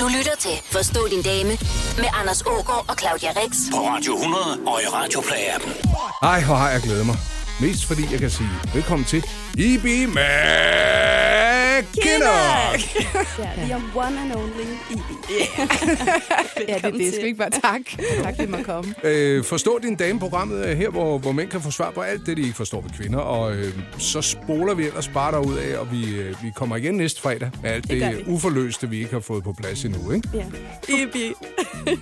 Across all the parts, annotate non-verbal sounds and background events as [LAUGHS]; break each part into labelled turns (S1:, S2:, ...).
S1: Du lytter til Forstå din dame med Anders Ågaard og Claudia Rex.
S2: På Radio 100 og i Radioplay-appen.
S3: Ej, hvor har jeg glædet mig. Mest fordi jeg kan sige velkommen til E.B. McKinnock.
S4: Ja, the one and only EB.
S5: Ja, det er det. Skal vi ikke bare tak? Tak, det må komme.
S3: Øh, forstå din dame-programmet er her, hvor, hvor mænd kan få svar på alt det, de ikke forstår ved kvinder. Og øh, så spoler vi ellers bare derud af, og vi, øh, vi kommer igen næste fredag med alt det,
S4: gør
S3: det
S4: vi.
S3: uforløste, vi ikke har fået på plads endnu. Ikke?
S4: Ja. EB.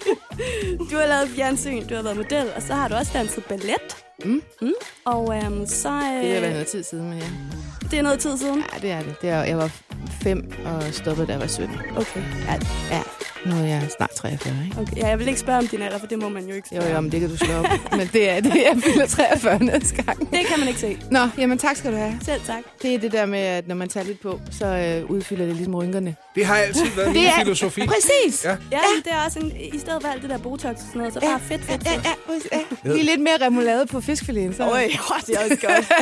S4: [LAUGHS] du har lavet fjernsyn, du har været model, og så har du også danset ballet. Mm. Mm. Og øhm, så... Øh,
S5: Det er været noget tid siden, men ja.
S4: det er noget tid siden.
S5: Ja, det er det. det er, jeg var fem og stoppede, da jeg var 17.
S4: Okay.
S5: Ja, ja. Nu er jeg snart 43, ikke?
S4: okay. Ja, jeg vil ikke spørge om din alder, for det må man jo ikke
S5: Jo,
S4: spørge.
S5: jo,
S4: om.
S5: men det kan du slå op. [LAUGHS] men det er det, jeg fylder 43 næste gang.
S4: Det kan man ikke se.
S5: Nå, jamen tak skal du have.
S4: Selv tak.
S5: Det er det der med, at når man tager lidt på, så øh, udfylder det ligesom rynkerne.
S3: Det har altid været min filosofi.
S5: Præcis.
S3: Ja.
S4: Ja, ja. det er også en, i stedet for alt det der Botox og sådan noget, så bare fedt, fedt, fedt.
S5: ja, ja. Lige lidt mere remoulade på fiskfiléen, så. Oj, det er også godt.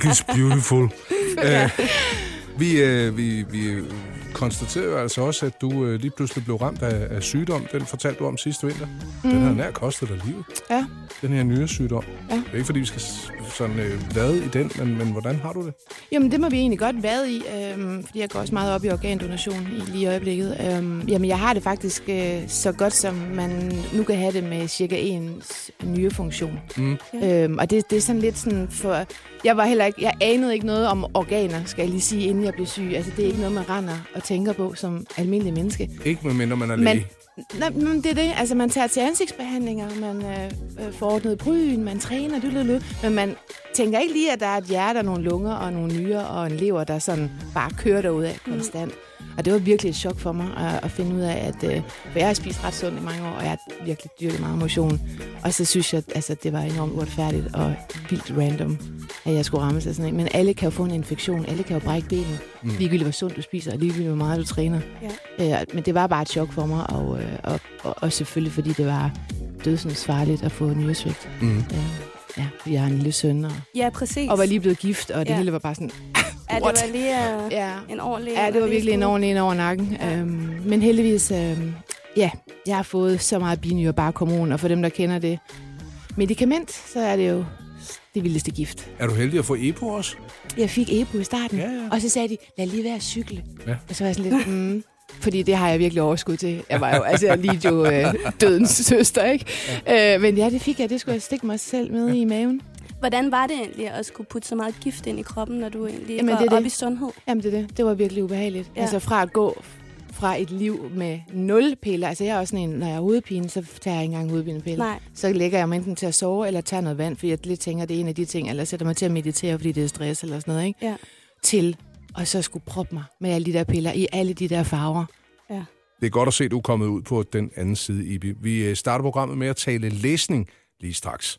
S3: Big is
S5: [LAUGHS]
S3: beautiful. øh, vi, øh, vi, vi konstaterede jo altså også, at du øh, lige pludselig blev ramt af, af sygdom. Den fortalte du om sidste vinter. Mm. Den har nær kostet dig livet.
S5: Ja.
S3: Den her nye sygdom.
S5: Ja.
S3: Det er ikke, fordi vi skal s- sådan øh, vade i den, men, men hvordan har du det?
S5: Jamen, det må vi egentlig godt være i, øhm, fordi jeg går også meget op i organdonation i lige øjeblikket. Øhm, jamen, jeg har det faktisk øh, så godt, som man nu kan have det med cirka ens nye funktion.
S3: Mm.
S5: Øhm, og det, det er sådan lidt sådan for... Jeg var heller ikke... Jeg anede ikke noget om organer, skal jeg lige sige, inden jeg blev syg. Altså, det er ikke noget, man render og tænker på som almindelig menneske.
S3: Ikke medmindre man er læge.
S5: Man, nej, men det er det. Altså, man tager til ansigtsbehandlinger, man øh, øh, får ordnet bryn, man træner, du, du, du, men man tænker ikke lige, at der er et hjerte og nogle lunger og nogle nyrer og en lever, der sådan bare kører derudad konstant. Og det var virkelig et chok for mig at, at finde ud af, at øh, for jeg har spist ret sundt i mange år, og jeg har virkelig dyrket meget motion. Og så synes jeg, at altså, det var enormt uretfærdigt og vildt random, at jeg skulle ramme sig sådan en. Men alle kan jo få en infektion, alle kan jo brække benet, mm. ligegyldigt hvor sundt du spiser, og ligegyldigt hvor meget du træner. Øh, men det var bare et chok for mig, og, øh, og, og, og selvfølgelig fordi det var dødsensfarligt at få nyresvigt.
S3: Mhm.
S5: Øh, ja, fordi jeg har en lille søn, og,
S4: Ja, præcis.
S5: og var lige blevet gift, og det ja.
S4: Ja.
S5: hele var bare sådan...
S4: Ja, det var lige uh,
S5: Ja,
S4: en ordentlig...
S5: ja det var virkelig en ordentlig en over nakken. Ja. Øhm, men heldigvis, øhm, ja, jeg har fået så meget binyre bare hormon, og for dem, der kender det medicament, så er det jo det vildeste gift.
S3: Er du heldig at få EPO også?
S5: Jeg fik EPO i starten,
S3: Ja, ja.
S5: og så sagde de, lad lige være at cykle.
S3: Ja.
S5: Og så var jeg sådan lidt, mm, fordi det har jeg virkelig overskud til. Jeg var jo, altså jeg lige jo øh, dødens søster, ikke? Ja. Øh, men ja, det fik jeg, det skulle jeg stikke mig selv med ja. i maven.
S4: Hvordan var det egentlig at skulle putte så meget gift ind i kroppen, når du egentlig
S5: Jamen,
S4: Jamen, går
S5: det
S4: det
S5: er
S4: op
S5: det.
S4: i sundhed?
S5: Jamen det, er det, det var virkelig ubehageligt.
S4: Ja.
S5: Ja. Altså fra at gå fra et liv med nul piller, altså jeg er også sådan en, når jeg har hovedpine, så tager jeg ikke engang hovedpinepiller.
S4: Nej.
S5: Så lægger jeg mig enten til at sove, eller tager noget vand, fordi jeg lidt tænker, det er en af de ting, eller sætter mig til at meditere, fordi det er stress eller sådan noget, ikke?
S4: Ja.
S5: Til og så skulle proppe mig med alle de der piller i alle de der farver.
S4: Ja.
S3: Det er godt at se, at du er kommet ud på den anden side, Ibi. Vi øh, starter programmet med at tale læsning lige straks.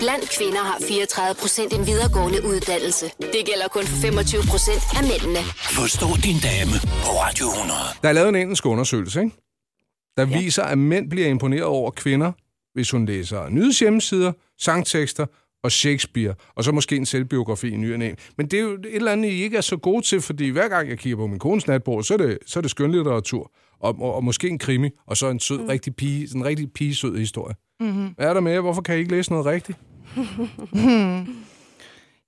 S1: Blandt kvinder har 34 procent en videregående uddannelse. Det gælder kun for 25 procent af mændene.
S2: Forstå din dame på Radio 100.
S3: Der er lavet en engelsk undersøgelse, ikke? der ja. viser, at mænd bliver imponeret over kvinder, hvis hun læser nyhedshjemmesider, sangtekster og Shakespeare, og så måske en selvbiografi i ny og næ. Men det er jo et eller andet, I ikke er så gode til, fordi hver gang jeg kigger på min kones natbord, så er det, så er det skønlitteratur, og, og, og måske en krimi, og så en sød, mm. rigtig pige, sådan en rigtig pigesød historie. Mm-hmm. Hvad er der med jer? Hvorfor kan I ikke læse noget rigtigt?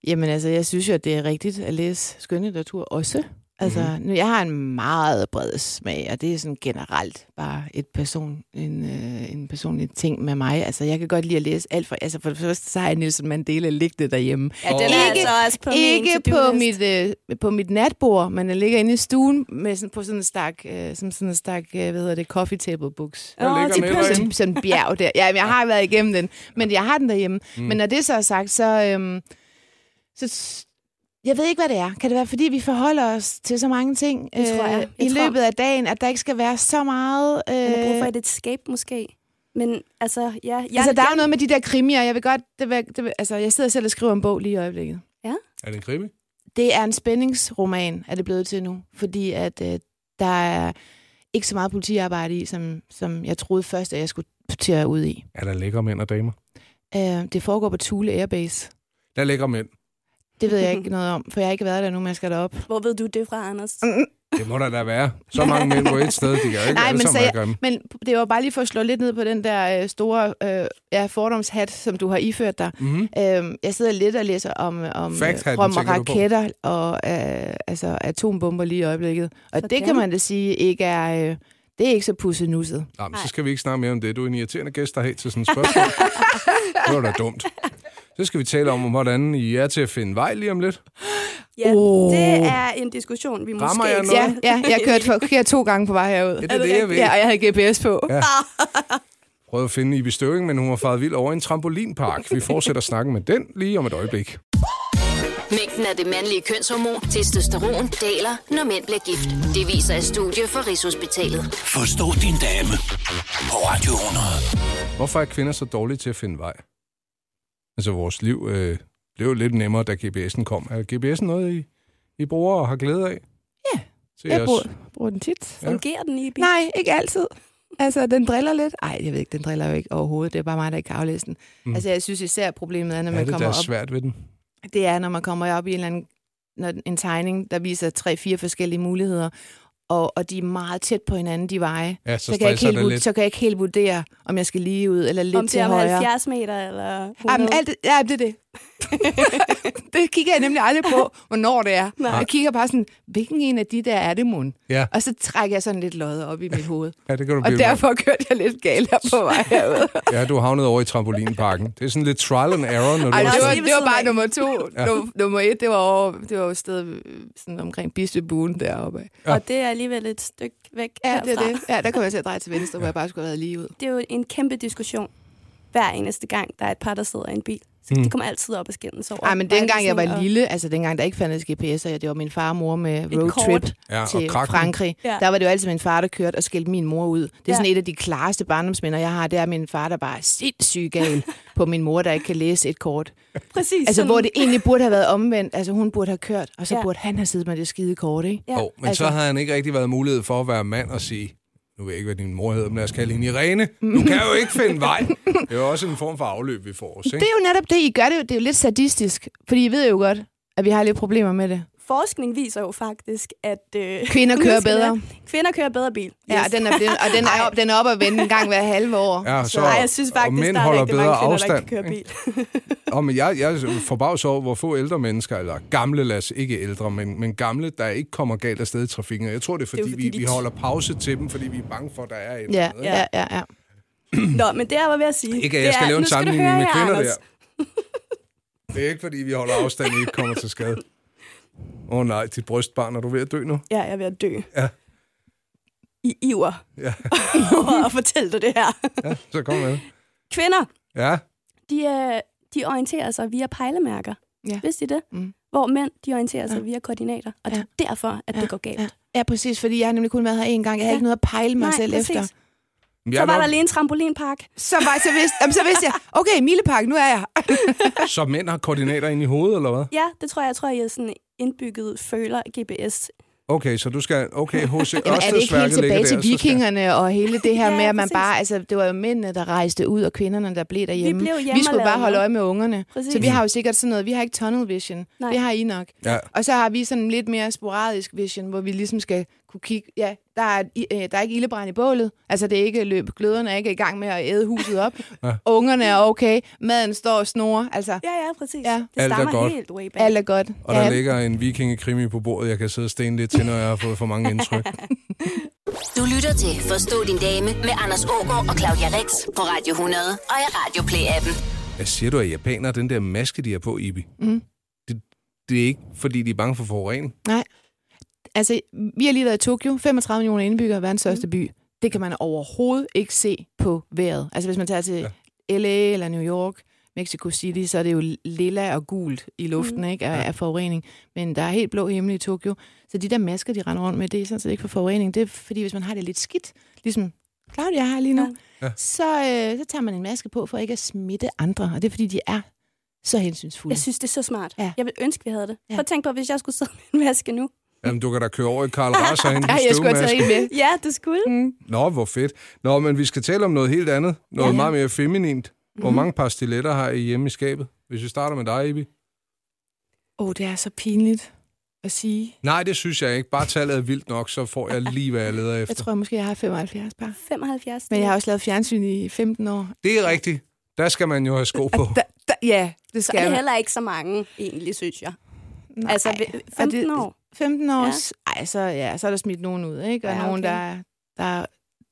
S5: Jamen altså, jeg synes jo, at det er rigtigt at læse skønlitteratur også. Altså, mm-hmm. nu, jeg har en meget bred smag, og det er sådan generelt bare et person, en, øh, en personlig ting med mig. Altså, jeg kan godt lide at læse alt fra... Altså, for det første, så har jeg Nelson Mandela liggende derhjemme.
S4: Ja, den
S5: Ikke-
S4: er altså også på
S5: På ikke
S4: min
S5: på
S4: to-do-list.
S5: mit, øh, på mit natbord, men jeg ligger inde i stuen med sådan, på sådan en stak, øh, som sådan en stak, øh, hvad hedder det, coffee table books.
S4: Åh,
S3: ligger
S4: til
S3: med
S4: pynt.
S3: derinde.
S5: sådan, sådan en bjerg der. Ja, men jeg har været igennem den, men jeg har den derhjemme. Mm. Men når det så er sagt, så, øhm, så... s- Jeg ved ikke, hvad det er. Kan det være, fordi vi forholder os til så mange ting øh,
S4: Det tror jeg.
S5: i
S4: Jeg tror-
S5: løbet af dagen, at der ikke skal være så meget... Øh,
S4: Man har brug for et escape, måske. Men altså, ja. Jeg,
S5: altså, der er jo
S4: jeg,
S5: noget med de der krimier. Jeg vil godt... Det vil, det vil, altså, jeg sidder selv og skriver en bog lige i øjeblikket.
S3: Er det en krimi?
S5: Det er en spændingsroman, er det blevet til nu. Fordi at øh, der er ikke så meget politiarbejde i, som, som jeg troede først, at jeg skulle til at ud i.
S3: Er der lækre mænd og damer?
S5: Øh, det foregår på Thule Airbase.
S3: Der er lækre mænd.
S5: [LAUGHS] Det ved jeg ikke noget Mm. om, for jeg har ikke været der nu, men jeg skal derop.
S4: Hvor ved du det fra, Anders?
S3: Det må der da være. Så mange mænd på et sted, de kan jo ikke
S5: Nej,
S3: alle sammen
S5: men, så
S3: være
S5: jeg,
S3: grimme.
S5: men det var bare lige for at slå lidt ned på den der øh, store øh, ja, fordomshat, som du har iført dig.
S3: Mhm.
S5: Øhm, jeg sidder lidt og læser om, øh, om øh,
S3: Fact-hatten,
S5: rom og
S3: tænker du på?
S5: raketter og øh, altså, atombomber lige i øjeblikket. Og det kan
S4: Sådan.
S5: man da sige ikke er... Øh, det er ikke så pussenusset.
S3: Nå, men så skal vi ikke snakke mere om det. Du er en irriterende gæst, der har til sådan et
S5: [LAUGHS]
S3: spørgsmål. det var da dumt. Så skal vi tale om, hvordan I er til at finde vej lige om lidt.
S4: Ja,
S5: Åh.
S4: det er en diskussion, vi
S3: Rammer
S4: måske
S3: jeg
S4: ikke
S3: noget?
S5: Ja, ja, jeg kørte [LAUGHS] forkert to gange på vej herud.
S3: Ja, det
S4: Er
S3: er
S4: det
S3: det, jeg ved.
S4: rigtigt?
S5: Ja, og jeg havde GPS på.
S3: Ja. Prøvede at finde Ibi Støving, men hun var faret vild over i en trampolinpark. Vi fortsætter snakken med den lige om et øjeblik.
S1: Mængden af det mandlige kønshormon, testosteron, daler, når mænd bliver gift. Det viser et studie fra Rigshospitalet.
S2: Forstå din dame på Radio 100.
S3: Hvorfor er kvinder så dårlige til at finde vej? Altså, vores liv øh, blev jo lidt nemmere, da GPS'en kom. Er GPS'en noget, I, I bruger og har glæde af?
S5: Ja,
S3: Til
S5: Jeg
S3: os.
S5: bruger, bruger den tit.
S3: Ja.
S4: [LAUGHS] Fungerer den i bil?
S5: Nej, ikke altid. Altså, den driller lidt. Nej, jeg ved ikke, den driller jo ikke overhovedet. Det er bare mig, der ikke kan aflæse den.
S3: Mm.
S5: Mm. Altså, jeg synes især, problemet er, når
S3: er
S5: man
S3: det, der
S5: kommer
S3: er
S5: op
S3: svært ved den?
S5: det er, når man kommer op i en, eller anden, når en tegning, der viser tre-fire forskellige muligheder, og, og de er meget tæt på hinanden, de veje.
S3: Ja, så
S5: kan jeg ikke
S3: stresser
S5: helt,
S3: det
S5: vur-
S3: lidt.
S5: så kan jeg ikke helt vurdere, om jeg skal lige ud eller lidt
S4: Om det
S5: til
S4: er om
S5: højre.
S4: 70 meter eller 100.
S5: Jamen, alt, det- ja, det er
S4: [LAUGHS]
S5: det. det kigger jeg nemlig aldrig på, hvornår det er.
S4: Nej.
S5: Jeg kigger bare sådan, hvilken en af de der er det, mon?
S3: Ja.
S5: Og så trækker jeg sådan lidt løjet op i mit hoved.
S3: Ja, det kan du
S5: Og
S3: blive
S5: derfor kørte jeg lidt galt her på vej herude.
S3: Ja, du havnede over i trampolinparken. Det er sådan lidt trial and error, når du
S5: Ej,
S3: er
S5: det, var,
S3: sådan-
S4: lige ved
S5: det var
S4: siden
S5: bare
S4: af.
S5: nummer to. ja. nummer, nummer et, det var, over, det var jo et sted øh, sådan omkring Bispebuen deroppe. af.
S4: Og det er alligevel et stykke væk
S5: Ja, det
S4: herfra.
S5: er det. Ja, der kom jeg til at dreje til venstre, hvor jeg bare skulle have været lige ud.
S4: det er jo en kæmpe diskussion hver eneste gang, der er et par, der sidder i en bil. Så mm. de kommer altid op og skændes over.
S5: Ej, men dengang jeg
S4: vejvisning
S5: var
S4: og-
S5: lille, altså dengang der ikke fandtes GPS'er, det var min far og mor med
S4: kort.
S5: roadtrip
S3: Ja, og
S5: til
S3: krakken.
S5: Frankrig.
S4: Ja.
S5: Ja. Der var det jo altid min far, der kørte og skældte min mor ud. Det er
S4: Ja.
S5: sådan et af de klareste barndomsminder, jeg har. Det er min far, der bare er sindssygt [LAUGHS] gal på min mor, der ikke kan læse et kort.
S4: Præcis.
S5: Altså,
S4: sådan-
S5: hvor det egentlig burde have været omvendt. Altså, hun burde have kørt, og så
S4: Ja.
S5: ja. burde han have siddet med det skide kort, ikke?
S4: Ja.
S3: Jo, men altså... så
S5: altså-
S3: havde han ikke rigtig været mulighed for at være mand og sige, nu ved jeg ikke, hvad din mor hedder, men lad os kalde hende Irene. Du kan jo ikke finde vej. Det er jo også en form for afløb, vi får os, ikke?
S5: Det er jo netop det, I gør. Det er jo, det er jo lidt sadistisk, fordi I ved jo godt, at vi har lidt problemer med det.
S4: Forskning viser jo faktisk, at... Øh, [LAUGHS]
S5: Kvinder
S4: nu
S5: kører
S4: skal
S5: bedre.
S4: jeg- Kvinder kører bedre bil.
S5: Ja, og den er, blevet, og den [LAUGHS] er, op, den er op at vende en gang hver halve år.
S3: Ja, så,
S4: Nej, jeg synes
S3: og
S4: faktisk,
S3: mænd
S4: der er
S3: holder
S4: rigtig
S3: bedre
S4: mange kvinder, der
S3: afstand.
S4: ikke kan køre bil.
S3: Og men jeg, jeg er forbavs over, hvor få ældre mennesker, eller gamle, lad os ikke ældre, men, men gamle, der ikke kommer galt afsted i trafikken. Og jeg tror, det er fordi,
S4: jo
S3: det er,
S4: fordi,
S3: fordi vi,
S4: de-
S3: vi holder pause til dem, fordi vi er bange for, at der er et eller
S5: Ja,
S3: andet.
S5: ja, ja, ja.
S3: [CLEARS THROAT]
S4: Nå, men det jeg var ved at sige...
S3: Ikke, at
S4: det
S3: jeg skal
S4: er-
S3: lave en
S4: nu du
S3: sammenligning
S4: høre
S3: med
S4: her,
S3: kvinder
S4: Anders.
S3: der. Det er ikke, fordi vi holder afstand, vi ikke kommer til skade. Åh oh, nej, dit brystbarn, er du ved at dø nu?
S4: Ja, jeg er ved at dø.
S3: Ja.
S4: I iver
S3: Ja,
S4: over at fortælle dig det her.
S3: ja så kom med.
S4: Kvinder,
S3: Ja,
S4: de, øh, de orienterer sig via pejlemærker.
S5: Ja.
S4: Vidste I det?
S5: Mm.
S4: Hvor mænd, de orienterer sig via koordinater. Og det
S5: Ja.
S4: er derfor, at det går galt.
S5: ja. Ja, præcis, fordi jeg har nemlig kun været her én gang. Jeg
S4: Ja.
S5: har ikke noget at pejle mig
S4: Nej,
S5: selv
S4: præcis.
S5: efter.
S3: Men
S4: Så
S3: jeg
S4: var
S3: er
S4: der
S3: nok,
S4: lige en trampolinpark.
S5: Så, var, så, vidste, jamen, så vidste jeg, okay, Milepark, nu er jeg her.
S3: så mænd har koordinater ind i hovedet, eller hvad?
S4: Ja, det tror jeg. Jeg tror, jeg er sådan indbygget føler GPS.
S3: Okay, så du skal... Okay, H.C.
S5: Jamen, er det ikke helt
S3: Ørstedsværket ligger
S5: tilbage til
S3: der, så skal-
S5: vikingerne og hele det her
S4: Ja,
S5: med, at man
S4: præcis.
S5: bare, altså, det var jo mændene, der rejste ud, og kvinderne, der blev derhjemme.
S4: blev
S5: vi skulle
S4: hjemmelavet.
S5: bare holde øje med ungerne.
S4: Præcis.
S5: Så vi har jo sikkert sådan noget, vi har ikke tunnel vision.
S4: Nej.
S5: Det har I nok.
S3: Ja.
S5: Og så har vi sådan lidt mere sporadisk vision, hvor vi ligesom skal kunne kigge, ja, der er, i- øh, der er ikke ildebrand i bålet, altså det er ikke løb, gløderne er ikke i gang med at æde huset op,
S3: Ja.
S5: ungerne er okay, maden står og snorer, altså ja.
S4: Ja, ja, præcis.
S5: Ja.
S4: Det
S3: Alt er
S4: stammer
S3: godt.
S4: helt way back.
S5: alt er godt.
S3: Og der
S5: ja.
S3: ligger en vikingekrimi på bordet, jeg kan sidde og stene lidt til, når jeg har fået for mange indtryk.
S1: Du lytter til Forstå din dame med Anders Ågaard og Claudia Rex på Radio 100 og i Radio Play-appen.
S3: Hvad siger du, at japanere, den der maske, de har på, Ibi? Mm. Det, det er ikke, fordi de er bange for forurening.
S5: Nej. Altså, vi har lige været i Tokyo, 35 millioner indbyggere, verdens største by. Det kan man overhovedet ikke se på vejret. Altså, hvis man tager til ja. LA eller New York, Mexico City, så er det jo lilla og gult i luften, ikke, af, af forurening. Men der er helt blå himmel i Tokyo. Så de der masker, de render rundt med, det er sådan set ikke for forurening. Det er fordi, hvis man har det lidt skidt, ligesom Claudia har lige nu, ja. så, øh, så tager man en maske på for ikke at smitte andre. Og det er fordi, de er så hensynsfulde.
S4: Jeg synes, det er så smart.
S5: Ja.
S4: Jeg vil ønske, vi havde det.
S5: Ja.
S4: Prøv at tænke på, hvis jeg skulle sidde med en maske nu.
S3: Jamen, du kan da køre over i Karl Rasser
S5: [LAUGHS]
S3: hen
S5: ja, jeg skulle have taget en med.
S4: Ja, det skulle. Mm.
S3: Nå, hvor fedt. Nå, men vi skal tale om noget helt andet. Noget ja. meget mere feminint.
S5: Mhm.
S3: Hvor mange par stiletter har I hjemme i skabet? Hvis vi starter med dig, Ibi.
S5: Åh, oh, det er så pinligt. at sige.
S3: Nej, det synes jeg ikke. Bare tallet er vildt nok, så får jeg lige, hvad jeg leder efter.
S5: Jeg tror måske, jeg har 75 par.
S4: 75.
S5: Men jeg har også lavet fjernsyn i 15 år.
S3: Det er rigtigt. Der skal man jo have sko
S5: [LAUGHS]
S3: på.
S5: Da, da, ja, det
S4: Så
S5: skal
S4: er det
S5: man.
S4: heller ikke så mange, egentlig, synes jeg.
S5: Nej.
S4: altså, ved-
S5: Og
S4: 15 år?
S5: 15 år? Ja. Ej, så, ja, så er der smidt nogen ud, ikke? Og
S4: Ja,
S5: ja,
S4: okay.
S5: okay. nogen, der, der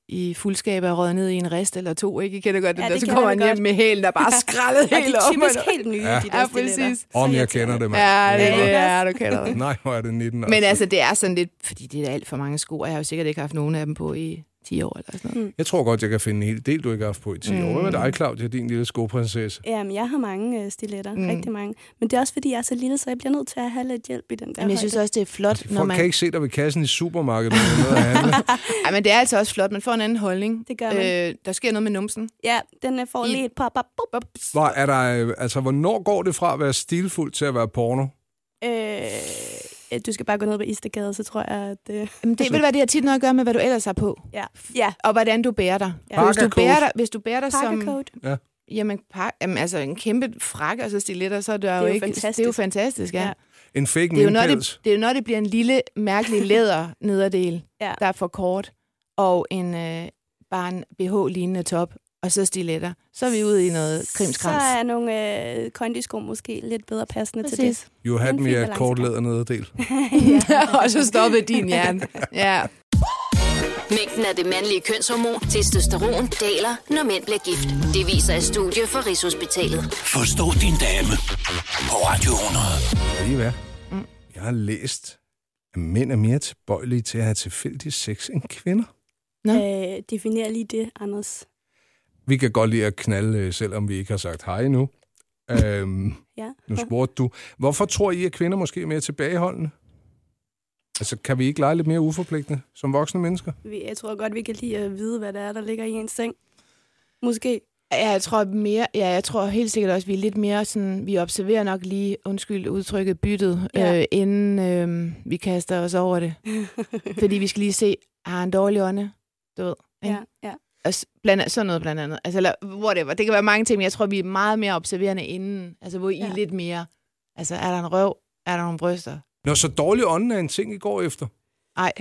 S5: i fuldskab er røget ned i en rest eller to, ikke? I kender godt det
S4: Ja,
S5: ja, der,
S4: det
S5: så
S4: kender
S5: kommer
S4: jeg
S5: han hjem
S4: godt.
S5: med hælen, der
S4: [LAUGHS]
S5: bare er skrællet
S4: Og de
S5: helt
S4: er
S5: op.
S4: typisk
S5: og-
S4: helt nye,
S3: Ja.
S4: ja. de der
S5: Ja,
S4: stiletter.
S5: præcis.
S3: Om jeg
S4: irriterende.
S3: kender det, mand.
S5: Ja, det
S4: Ja, ikke
S5: er
S4: også?
S5: ja, du kender [LAUGHS] det.
S3: Nej, hvor er det 19 år.
S5: Men altså, det er sådan lidt, fordi det er alt for mange sko, og jeg har jo sikkert ikke haft nogen af dem på i 10 år eller
S4: Mm.
S5: sådan noget.
S3: Jeg tror godt, jeg kan finde en hel del, du ikke har haft på i 10 år. Hvad med
S5: Mm.
S3: dig, Claudia, din lille skoprinsesse?
S4: Jamen, jeg har mange øh, stiletter.
S5: Mm.
S4: Mm. Rigtig mange. Men det er også, fordi jeg er så lille, så jeg bliver nødt til at have lidt hjælp i den der
S5: Jamen, jeg synes
S4: højde.
S5: også, det er flot, når
S3: Folk
S5: man...
S3: kan ikke se dig ved kassen i supermarkedet, når du er nede at
S5: [LAUGHS]
S3: handle.
S5: Ej, men det er altså også flot. Man får en anden holdning.
S4: Det gør man.
S5: Øh, der sker noget med numsen.
S4: Ja, den øh, får
S5: I-
S4: lige et par... par bup, bup.
S3: Hvor er der, øh, altså, hvornår går det fra at være stilfuld til at være porno?
S4: Øh, du skal bare gå ned på Istergade, så tror jeg, at... Øh,
S5: Jamen, det vil være det har tit noget at gøre med, hvad du ellers har på.
S4: ja. ja.
S5: Og hvordan du bærer dig.
S4: Ja.
S5: Hvis du
S3: Parkercoat.
S5: bærer dig, hvis du bærer dig som...
S4: Pakkercoat.
S5: Jamen, par, jamen, altså en kæmpe frakke og så stiletter, så er det,
S4: jo
S5: jo ikke...
S4: fantastisk.
S5: Det er jo fantastisk, ja.
S4: Ja.
S5: ja.
S3: En fake
S5: Det, er jo, når det,
S3: mindpels?
S5: det er jo, når det bliver en lille, mærkelig [LAUGHS] læder nederdel,
S4: Ja.
S5: der er for kort, og en øh, bare en BH-lignende top, og så stiletter. Så er vi ude i noget krimskrams. [LAUGHS]
S4: Så er nogle øh, kondisko måske lidt bedre passende til det.
S5: Præcis.
S3: You had
S4: en
S3: me
S4: fin
S3: at
S4: balance.
S3: kort læder
S5: [LAUGHS]
S3: nederdel.
S4: [LAUGHS]
S5: og så stoppede din hjerne. [LAUGHS] Ja.
S1: Mængden af det mandlige kønshormon testosteron daler, når mænd bliver gift. Det viser et studie fra Rigshospitalet.
S2: Forstå din dame på Radio 100.
S3: Ved I hvad? Jeg har læst, at mænd er mere tilbøjelige til at have tilfældig sex end kvinder.
S4: Øh, definer lige det, Anders.
S3: Vi kan godt lide at knalde, øh, selvom vi ikke har sagt hej endnu. Øhm,
S4: Ja.
S3: nu spurgte du. Hvorfor tror I, at kvinder måske er mere tilbageholdende? Altså, kan vi ikke lege lidt mere uforpligtende som voksne mennesker?
S4: [LAUGHS] Vi- Jeg tror godt, vi kan lige at vide, hvad der er, der ligger i ens seng. Måske.
S5: Ja, jeg tror mere, ja, jeg tror helt sikkert også, at vi er lidt mere sådan, vi observerer nok lige, undskyld udtrykket, byttet,
S4: Ja.
S5: ja. øh, inden øh, vi kaster os over [LAUGHS] det. Fordi vi skal lige se, har han dårlig ånde? Du ved. ikke?
S4: Ja, ja.
S5: Og s- blandt, sådan noget blandt andet. Altså, eller whatever. Det kan være mange ting, men jeg tror, vi er meget mere observerende inden. Altså, hvor I
S4: Ja.
S5: ja. lidt mere. Altså, er der en røv? Er der nogle bryster?
S3: Når så dårlig ånden er en ting, I går efter.
S5: Ej.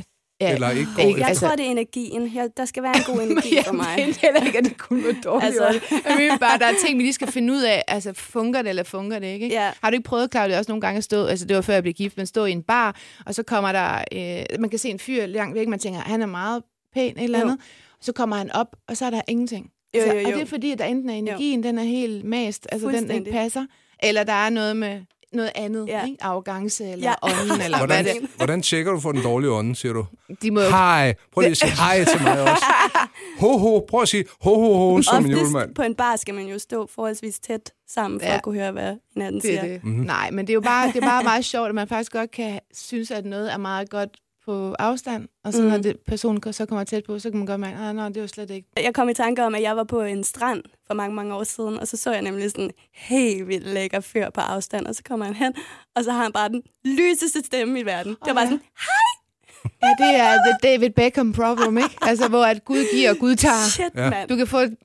S5: Ja.
S3: Eller ikke går
S5: Ikke-
S4: Jeg
S5: Altså-
S4: tror, det er energien. Jeg, der skal være
S5: [LAUGHS]
S4: en god energi for mig.
S5: Jeg mente heller ikke, at det kun var dårligt.
S4: Altså-
S5: altså. Jeg mener bare, der er ting, vi lige [LAUGHS] skal finde ud af. Altså, fungerer det eller fungerer det ikke? ikke?
S4: Ja.
S5: Har du ikke prøvet, Claudia, også nogle gange at stå, altså det var før jeg blev gift, men stå i en bar, og så kommer der, øh, man kan se en fyr langt væk, man tænker, han er meget pæn eller
S4: Jo.
S5: andet. Så kommer han op, og så er der ingenting.
S4: Jo,
S5: altså,
S4: jo, jo.
S5: Og det er fordi, at der enten er energien, den er helt mast, altså den ikke
S4: Fuldstændig.
S5: passer, eller der er noget med noget andet,
S4: Ja.
S5: ja. ikke? arrogance eller
S4: Ja.
S5: ja. ånden,
S4: [LAUGHS]
S5: eller Hvordan? hvad
S3: Hvordan,
S5: det
S3: hvordan tjekker du for den dårlige ånde, siger du?
S5: De må jo
S3: Hej. Prøv lige at sige hej til mig også. Ho, ho. Prøv at sige ho, ho, ho, som en julemand.
S4: Oftest på en bar skal man jo stå forholdsvis tæt sammen, for
S5: Ja.
S4: at kunne høre, hvad hinanden
S5: Det
S4: siger.
S5: er det. Mm-hmm. Nej, men det er jo bare, det er
S4: [LAUGHS]
S5: bare meget sjovt, at man faktisk godt kan synes, at noget er meget godt på afstand, og
S4: Mhm.
S5: så mm. når det, personen ko- så kommer tæt på, så kan man godt mærke, at nej, det er jo slet ikke.
S4: Jeg kom i tanke om, at jeg var på en strand for mange, mange år siden, og så så jeg nemlig sådan en helt vildt lækker fyr på afstand, og så kommer han hen, og så har han bare den lyseste stemme i verden. Det var bare
S5: ja.
S4: sådan,
S5: Ja, det er the David Beckham problem, ikke? Altså, hvor at Gud giver og Gud tager.
S4: shit,
S3: Ja.
S4: ja. mand.
S5: Du kan få et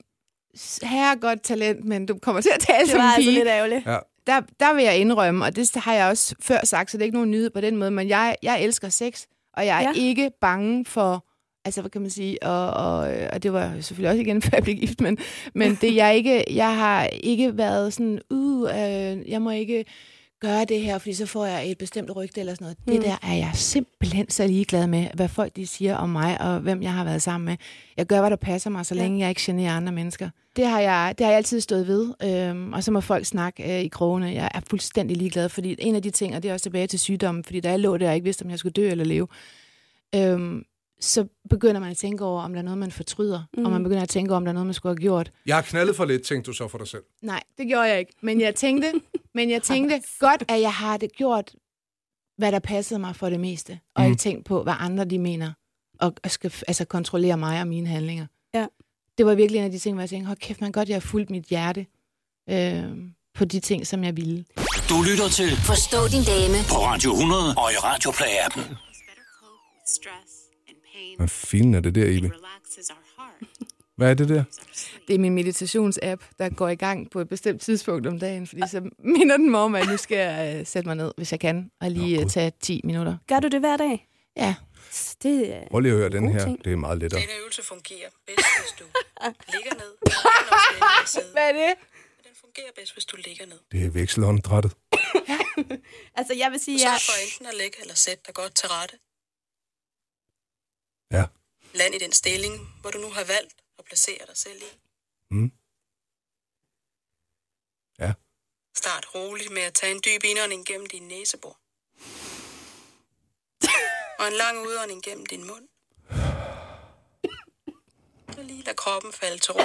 S5: herre godt talent, men du kommer til at tale
S4: Det
S5: som
S4: var
S5: en
S4: altså
S5: pige.
S4: lidt ærgerligt.
S3: Ja.
S5: der, der vil jeg indrømme, og det har jeg også før sagt, så det er ikke nogen nyhed på den måde, men jeg, jeg elsker sex, og jeg er
S4: Ja.
S5: ja. ikke bange for, altså hvad kan man sige, og, og, øh, og det var jo selvfølgelig også igen, [LAUGHS] før jeg blev gift, men, men det, jeg, ikke, jeg har ikke været sådan, uh, øh, jeg må ikke gøre det her, fordi så får jeg et bestemt rygte eller sådan noget. Mm. Det der er jeg simpelthen så ligeglad med, hvad folk de siger om mig, og hvem jeg har været sammen med. Jeg gør, hvad der passer mig, så
S4: Ja.
S5: længe jeg ikke generer andre mennesker. Det har jeg, det har jeg altid stået ved, øhm, og så må folk snakke øh, i krogene. Jeg er fuldstændig ligeglad, fordi en af de ting, og det er også tilbage til sygdommen, fordi da jeg lå der, jeg ikke vidste, om jeg skulle dø eller leve, øhm, så begynder man at tænke over, om der er noget, man fortryder, mm. og man begynder at tænke over, om der er noget, man skulle have gjort.
S3: Jeg har knaldet for lidt, tænkte du så for dig selv.
S5: Nej, det gjorde jeg ikke. Men jeg [LAUGHS] tænkte, men jeg tænkte godt, at jeg har det gjort, hvad der passede mig for det meste. Og ikke tænkt på, hvad andre de mener. Og, og skal f- altså, kontrollere mig og mine handlinger.
S4: Ja.
S5: Det var virkelig en af de ting, hvor jeg tænkte, hold kæft, man godt, jeg har fulgt mit hjerte øh, på de ting, som jeg ville.
S2: Du lytter til
S1: Forstå din dame
S2: på Radio 100 og i Radioplay-appen.
S6: It's better cope with stress and pain.
S3: Hvad fanden er det der, Ibe?
S6: Relaxes our heart.
S3: Hvad er det der?
S5: Det er min meditationsapp, der går i gang på et bestemt tidspunkt om dagen, fordi så minder den mig om, at nu skal jeg øh, sætte mig ned, hvis jeg kan, og lige øh, tage 10 minutter.
S4: Gør du det hver dag?
S5: Ja,
S4: Det
S5: øh.
S4: er...
S3: Prøv lige at høre den
S4: God
S3: her.
S4: ting.
S3: Det er meget lettere.
S6: Denne øvelse fungerer bedst, hvis du ligger ned. Den er også lettere at sidde.
S5: Hvad er det?
S6: Den fungerer bedst, hvis du ligger ned.
S3: Det er vekselhåndtrættet.
S4: Altså, jeg vil sige,
S6: Så
S4: jeg...
S6: for enten at ligge eller sætte dig godt til rette.
S3: Ja.
S6: Land i den stilling, hvor du nu har valgt at placere dig selv i.
S3: Mm. Ja.
S6: Start roligt med at tage en dyb indånding gennem din næsebor. Og en lang udånding gennem din mund. Og lige lad kroppen falde til ro.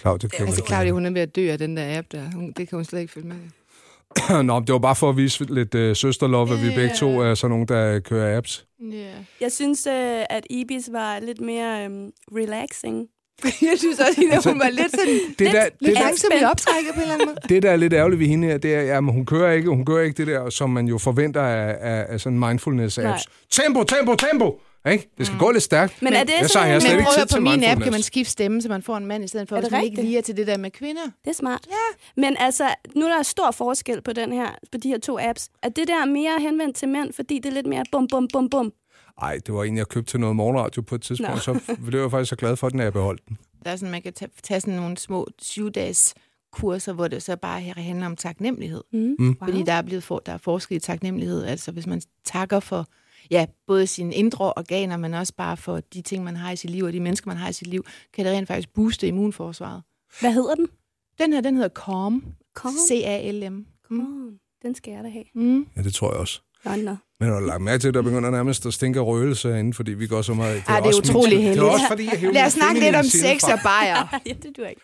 S3: Claudia
S6: Ja,
S3: kan
S5: Altså,
S3: ikke
S5: Claudia, hun er ved at dø af den der app der. Hun, det kan hun slet ikke følge med. i.
S3: lide. [LAUGHS] Nå, men det var bare for at vise lidt øh, søsterlove, at vi begge to er sådan nogen, der kører apps.
S5: Yeah.
S4: Jeg synes, øh, at Ibis var lidt mere øhm, relaxing.
S5: [LAUGHS] jeg synes også, at hun var lidt sådan...
S3: Det der,
S5: Lidt
S3: det, der,
S5: langsom i optrækket på en eller anden måde.
S3: det, der er lidt ærgerligt ved hende her, det er, jamen, hun kører ikke, hun kører ikke det der, som man jo forventer af, af, af sådan mindfulness-apps. Tempo, tempo, tempo! Ikke? Det skal gå lidt stærkt.
S4: Men er det
S3: jeg
S4: sådan-
S3: jeg
S4: Men
S3: slet
S5: Mm. Men
S3: ikke
S5: prøv at
S3: tid
S5: høre,
S3: til
S5: på min app kan man
S3: mindfulness.
S5: skifte stemme, så man får en mand i stedet for,
S4: Er det
S5: hvis man ikke
S4: rigtigt?
S5: lige er til det der med kvinder.
S4: Det er smart. Ja. Men altså, nu er der stor forskel på, den her, på de her to apps. Er det der mere henvendt til mænd, fordi det er lidt mere bum, bum, bum, bum?
S3: Ej, det var en, jeg købte til noget morgenradio på et tidspunkt,
S4: Nå.
S3: så blev jeg faktisk så glad for, at den er beholdt. den.
S5: Der er sådan, man kan tage, tage sådan nogle små syvdags kurser, hvor det så bare handler om taknemmelighed.
S4: Mm.
S3: Mm.
S5: Fordi der er blevet for, der er forsket i taknemmelighed. Altså hvis man takker for ja, både sine indre organer, men også bare for de ting, man har i sit liv, og de mennesker, man har i sit liv, kan det rent faktisk booste immunforsvaret.
S4: Hvad hedder den?
S5: Den her, den hedder CALM.
S4: Calm.
S5: C-A-L-M. Mm.
S4: Oh, den skal jeg da have.
S5: Mm.
S3: Ja, det tror jeg også.
S4: Nå,
S5: [LAUGHS]
S4: nå.
S3: Men har du lagt mærke til, at der begynder nærmest at stinke af røgelse herinde, fordi vi går så meget...
S5: Ah, det er
S3: også min
S5: utrolig
S3: skyld. Det
S5: heldigt.
S3: er også fordi, jeg hæver
S5: Lad
S3: min
S5: os snakke lidt
S3: feminine
S5: om
S3: side
S5: sex
S3: frem.
S5: og bajer.
S4: ja, det du ikke.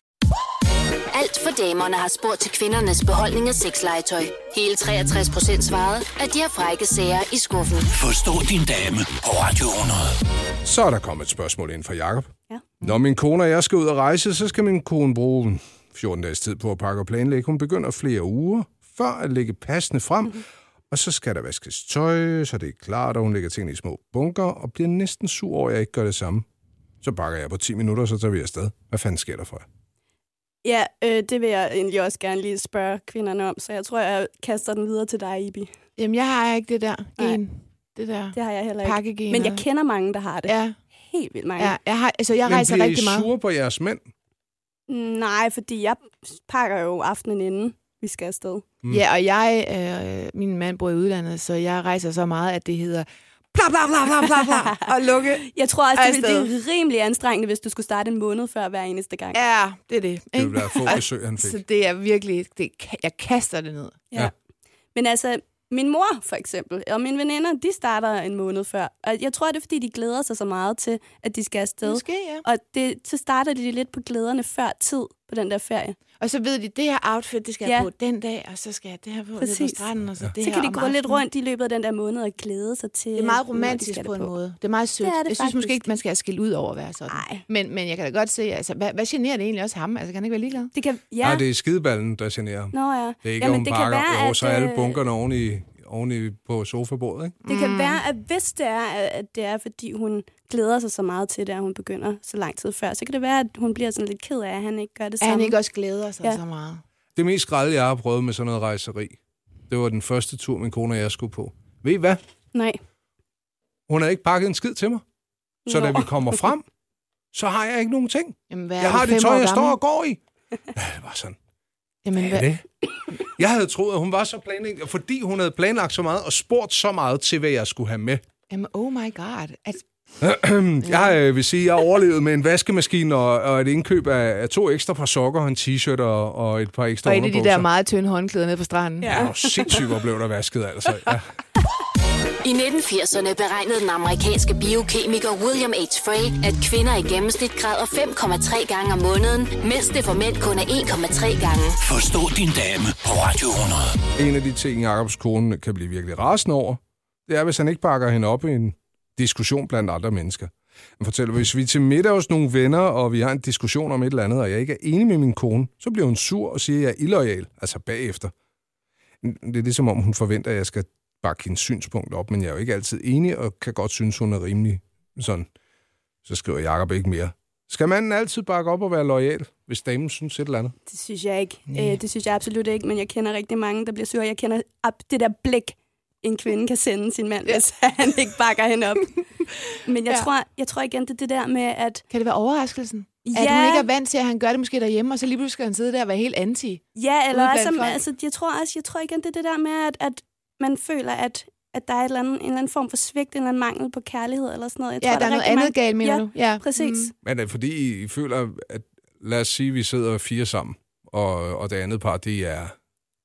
S1: Alt for damerne har spurgt til kvindernes beholdning af sexlegetøj. Hele 63 procent svarede, at de har frække sager i skuffen.
S2: Forstå din dame på Radio 100.
S3: Så er der kommet et spørgsmål ind fra Jakob.
S4: Ja.
S3: Når min kone og jeg skal ud og rejse, så skal min kone bruge en 14 dages tid på at pakke og planlægge. Hun begynder flere uger før at lægge passende frem, mm-hmm. og så skal der vaskes tøj, så det er klart, og hun lægger tingene i små bunker, og bliver næsten sur over, at jeg ikke gør det samme. Så pakker jeg på 10 minutter, så tager vi afsted. Hvad fanden sker der for jer?
S4: Ja, øh, det vil jeg egentlig også gerne lige spørge kvinderne om, så jeg tror, jeg kaster den videre til dig, Ibi.
S5: Jamen, jeg har ikke det der
S4: Nej.
S5: gen. Det der
S4: Det har jeg heller ikke.
S5: pakkegen.
S4: Men jeg kender mange, der har det.
S5: Ja,
S4: Helt vildt mange.
S5: ja jeg, har, altså, jeg
S3: Men
S5: rejser
S3: bliver
S5: rigtig
S3: I
S5: meget.
S3: sure på jeres mænd?
S4: Nej, fordi jeg pakker jo aftenen inden, vi skal afsted.
S3: Mm.
S5: Ja, og jeg, øh, min mand bor i udlandet, så jeg rejser så meget, at det hedder bla bla bla bla
S4: [LAUGHS]
S5: bla, bla og lukke.
S4: Jeg tror også, det ville
S5: Afsted.
S4: blive rimelig anstrengende, hvis du skulle starte en måned før hver eneste gang.
S5: Ja, det er det.
S3: Det
S5: ikke?
S3: vil være få besøg, han fik.
S5: Så det er virkelig, det, ka- jeg kaster det ned.
S3: Ja.
S4: Men altså, min mor for eksempel, og mine veninder, de starter en måned før. Og jeg tror, det er, fordi de glæder sig så meget til, at de skal afsted.
S5: Måske, ja.
S4: Og det, så starter de lidt på glæderne før tid på den der ferie.
S5: Og så ved de, det her outfit, det skal jeg
S4: Ja.
S5: på den dag, og så skal jeg det her på, det på
S4: Præcis.
S5: stranden, og så det
S4: Så
S5: her
S4: kan de
S5: om
S4: gå lidt
S5: aftenen.
S4: rundt i løbet af den der måned og glæde sig til...
S5: Det er meget
S4: hvornår de
S5: romantisk
S4: Øhm, skal
S5: på en
S4: derpå.
S5: måde. Det er meget sødt.
S4: Det er det
S5: jeg synes måske
S4: faktisk.
S5: ikke, man skal have skilt ud over at være sådan.
S4: Nej.
S5: Men, men jeg kan da godt se, altså, hvad, hvad generer det egentlig også ham? Altså, kan han ikke være ligeglad?
S4: Det kan, ja.
S3: Ja. Nej, det er skideballen, der generer ham.
S4: Nå ja.
S3: Det er ikke, Jamen, om
S4: det
S3: pakker,
S4: kan være,
S3: jo, så er alle
S4: øh,
S3: bunkerne oven i, oven i på sofabordet, ikke?
S4: Det
S5: Mm.
S4: kan være, at hvis det er, at at det er, fordi hun glæder sig så meget til det, at hun begynder så lang tid før, så kan det være, at hun bliver sådan lidt ked af, at han ikke gør det
S5: At
S4: samme.
S5: han ikke også glæder sig ja.
S4: Ja.
S5: så meget.
S3: Det mest skralde, jeg har prøvet med sådan noget rejseri, det var den første tur, min kone og jeg skulle på. Ved I hvad?
S4: Nej.
S3: Hun havde ikke pakket en skid til mig. Så da
S4: Nå.
S3: vi kommer frem, så har jeg ikke nogen ting.
S5: Jamen, hvad er
S3: Jeg
S5: du,
S3: har det
S5: fem
S3: tøj,
S5: år
S3: jeg står
S5: gammel?
S3: og går i. Ja, det var sådan.
S5: Jamen,
S3: Hvad
S5: hvad,
S3: er det? Jeg havde troet, at hun var så planlagt, og fordi hun havde planlagt så meget og spurgt så meget til, hvad jeg skulle have med.
S5: Jamen, oh my god. At,
S3: Jeg øh, vil sige, at jeg overlevede med en vaskemaskine og, og et indkøb af, af to ekstra par sokker, og en t-shirt og, og et par ekstra
S5: og et af de
S3: underbukser.
S5: der meget tynde håndklæder nede på stranden.
S3: Ja, det var sindssygt, hvor blev der vasket, altså. Ja.
S1: I 1980'erne beregnede den amerikanske biokemiker William H. Frey, at kvinder i gennemsnit græder 5,3 gange om måneden, mens det for mænd kun er 1,3 gange.
S2: Forstå din dame på Radio 100.
S3: En af de ting, Jacobs kone kan blive virkelig rasende over, det er, hvis han ikke bakker hende op i en diskussion blandt andre mennesker. Han fortæller, hvis vi er til middag hos nogle venner, og vi har en diskussion om et eller andet, og jeg ikke er enig med min kone, så bliver hun sur og siger, at jeg er illoyal, altså bagefter. Det er ligesom om, hun forventer, at jeg skal bakke hendes synspunkt op, men jeg er jo ikke altid enig, og kan godt synes, hun er rimelig sådan. Så skriver Jacob ikke mere. Skal manden altid bakke op og være lojal, hvis damen synes et eller andet?
S4: Det synes jeg ikke. Øh, det synes jeg absolut ikke, men jeg kender rigtig mange, der bliver sure. Jeg kender ab- det der blik, en kvinde kan sende sin mand, ja. hvis han ikke bakker hende
S5: [LAUGHS]
S4: op. men jeg,
S5: Ja.
S4: ja. tror, jeg tror igen, det er det der med, at
S5: Kan det være overraskelsen? Ja. At
S4: Ja.
S5: hun ikke er vant til, at han gør det måske derhjemme, og så lige pludselig skal han sidde der og være helt anti.
S4: Ja, eller
S5: Ude
S4: også,
S5: blandt
S4: om,
S5: folk.
S4: altså, jeg tror også, jeg tror igen, det er det der med, at, at man føler, at, at der er et eller andet, en eller anden form for svigt, en eller anden mangel på kærlighed eller sådan noget. Jeg
S5: Ja,
S4: tror,
S5: der er noget
S4: rigtig
S5: andet
S4: mange-
S5: galt, mener
S4: ja,
S5: du? Ja,
S4: Præcis.
S5: Mm.
S4: Mm.
S3: Men er det fordi, I føler, at lad os sige, at vi sidder fire sammen, og, og det andet par, det er,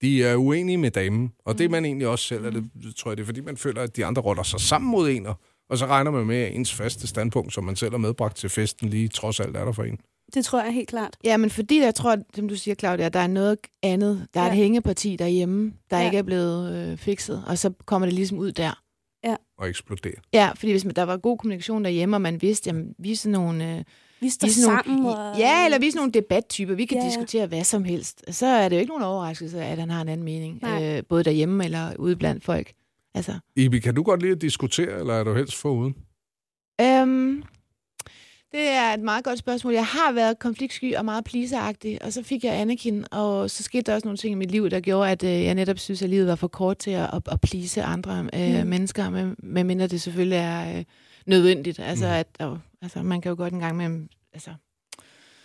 S3: de er uenige med damen. Og det er man egentlig også selv, og det tror jeg, det er fordi, man føler, at de andre rotter sig sammen mod en, og- og så regner man med, at ens faste standpunkt, som man selv har medbragt til festen, lige trods alt er der for en.
S4: Det tror jeg helt klart.
S5: Ja, men fordi der- jeg tror, som du siger, Claudia, der er noget andet. Der er ja.
S4: Ja.
S5: et hængeparti derhjemme, der ja.
S4: Ja.
S5: ikke er blevet øh, fikset, og så kommer det ligesom ud der.
S3: Og eksplodere.
S5: Ja, fordi hvis man- der var god kommunikation derhjemme, og man vidste, jamen, vi er sådan nogle... Øh,
S4: Vi
S5: vi
S4: står
S5: er sådan
S4: sammen.
S5: nogle,
S4: Og...
S5: Ja, eller vi er sådan nogle debattyper. Vi kan øh. ja.
S4: Ja.
S5: diskutere hvad som helst. Så er det jo ikke nogen overraskelse, at han har en anden mening.
S4: Nej.
S5: Øh, både derhjemme eller ude blandt folk. Altså,
S3: Ibi, kan du godt lide at diskutere, eller er du helst foruden?
S5: Øhm, det er et meget godt spørgsmål. Jeg har været konfliktsky og meget pleaseragtig, og så fik jeg Anakin, og så skete der også nogle ting i mit liv, der gjorde, at øh, jeg netop synes, at livet var for kort til at, at, at please andre øh, mm.
S4: Mm.
S5: mennesker, med, med mindre det selvfølgelig er øh, nødvendigt. Altså, mm. at, og, altså, man kan jo godt en gang med altså,